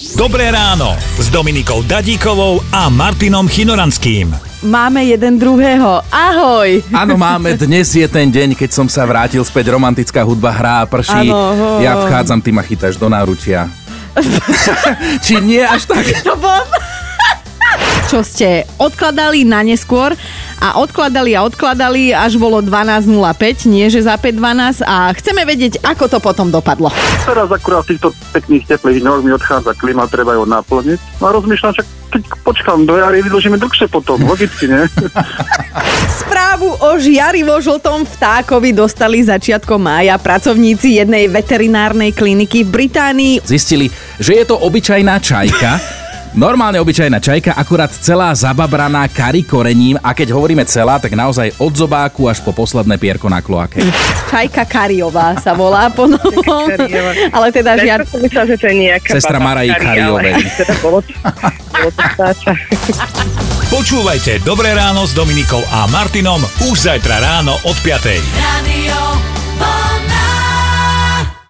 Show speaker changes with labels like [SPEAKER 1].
[SPEAKER 1] Dobré ráno s Dominikou Dadíkovou a Martinom Chinoranským.
[SPEAKER 2] Máme jeden druhého. Ahoj!
[SPEAKER 3] Áno, máme, dnes je ten deň, keď som sa vrátil späť, romantická hudba hrá a prší.
[SPEAKER 2] Áno.
[SPEAKER 3] Ja vchádzam, ty ma chytáš do náručia. Či nie až tak?
[SPEAKER 2] To bol... Čo ste odkladali na neskôr a odkladali a odkladali, až bolo 12.05, nie že za 5.12 a chceme vedieť, ako to potom dopadlo.
[SPEAKER 4] Teraz akurát v týchto pekných teplých dňoch mi odchádza klima, treba ju naplniť. No A rozmýšľam, však keď počkám do jary, vydlžíme dlhšie potom, logicky, nie?
[SPEAKER 2] Správu o žiarivo žltom vtákovi dostali začiatkom mája pracovníci jednej veterinárnej kliniky v Británii.
[SPEAKER 3] Zistili, že je to obyčajná čajka, Normálne obyčajná čajka, akurát celá zababraná kari korením a keď hovoríme celá, tak naozaj od zobáku až po posledné pierko na kloake.
[SPEAKER 2] Čajka Kariová sa volá po novom.
[SPEAKER 5] Kariová.
[SPEAKER 2] Ale teda žiar...
[SPEAKER 5] Ja som myslela, že to je nejaká
[SPEAKER 3] Sestra
[SPEAKER 5] baba
[SPEAKER 3] Maraji
[SPEAKER 5] v Kari,
[SPEAKER 3] Kariovej.
[SPEAKER 5] ale Teda bolo, to- bolo to stáča.
[SPEAKER 1] Počúvajte Dobré ráno s Dominikou a Martinom už zajtra ráno od 5.
[SPEAKER 6] Radio Bombay.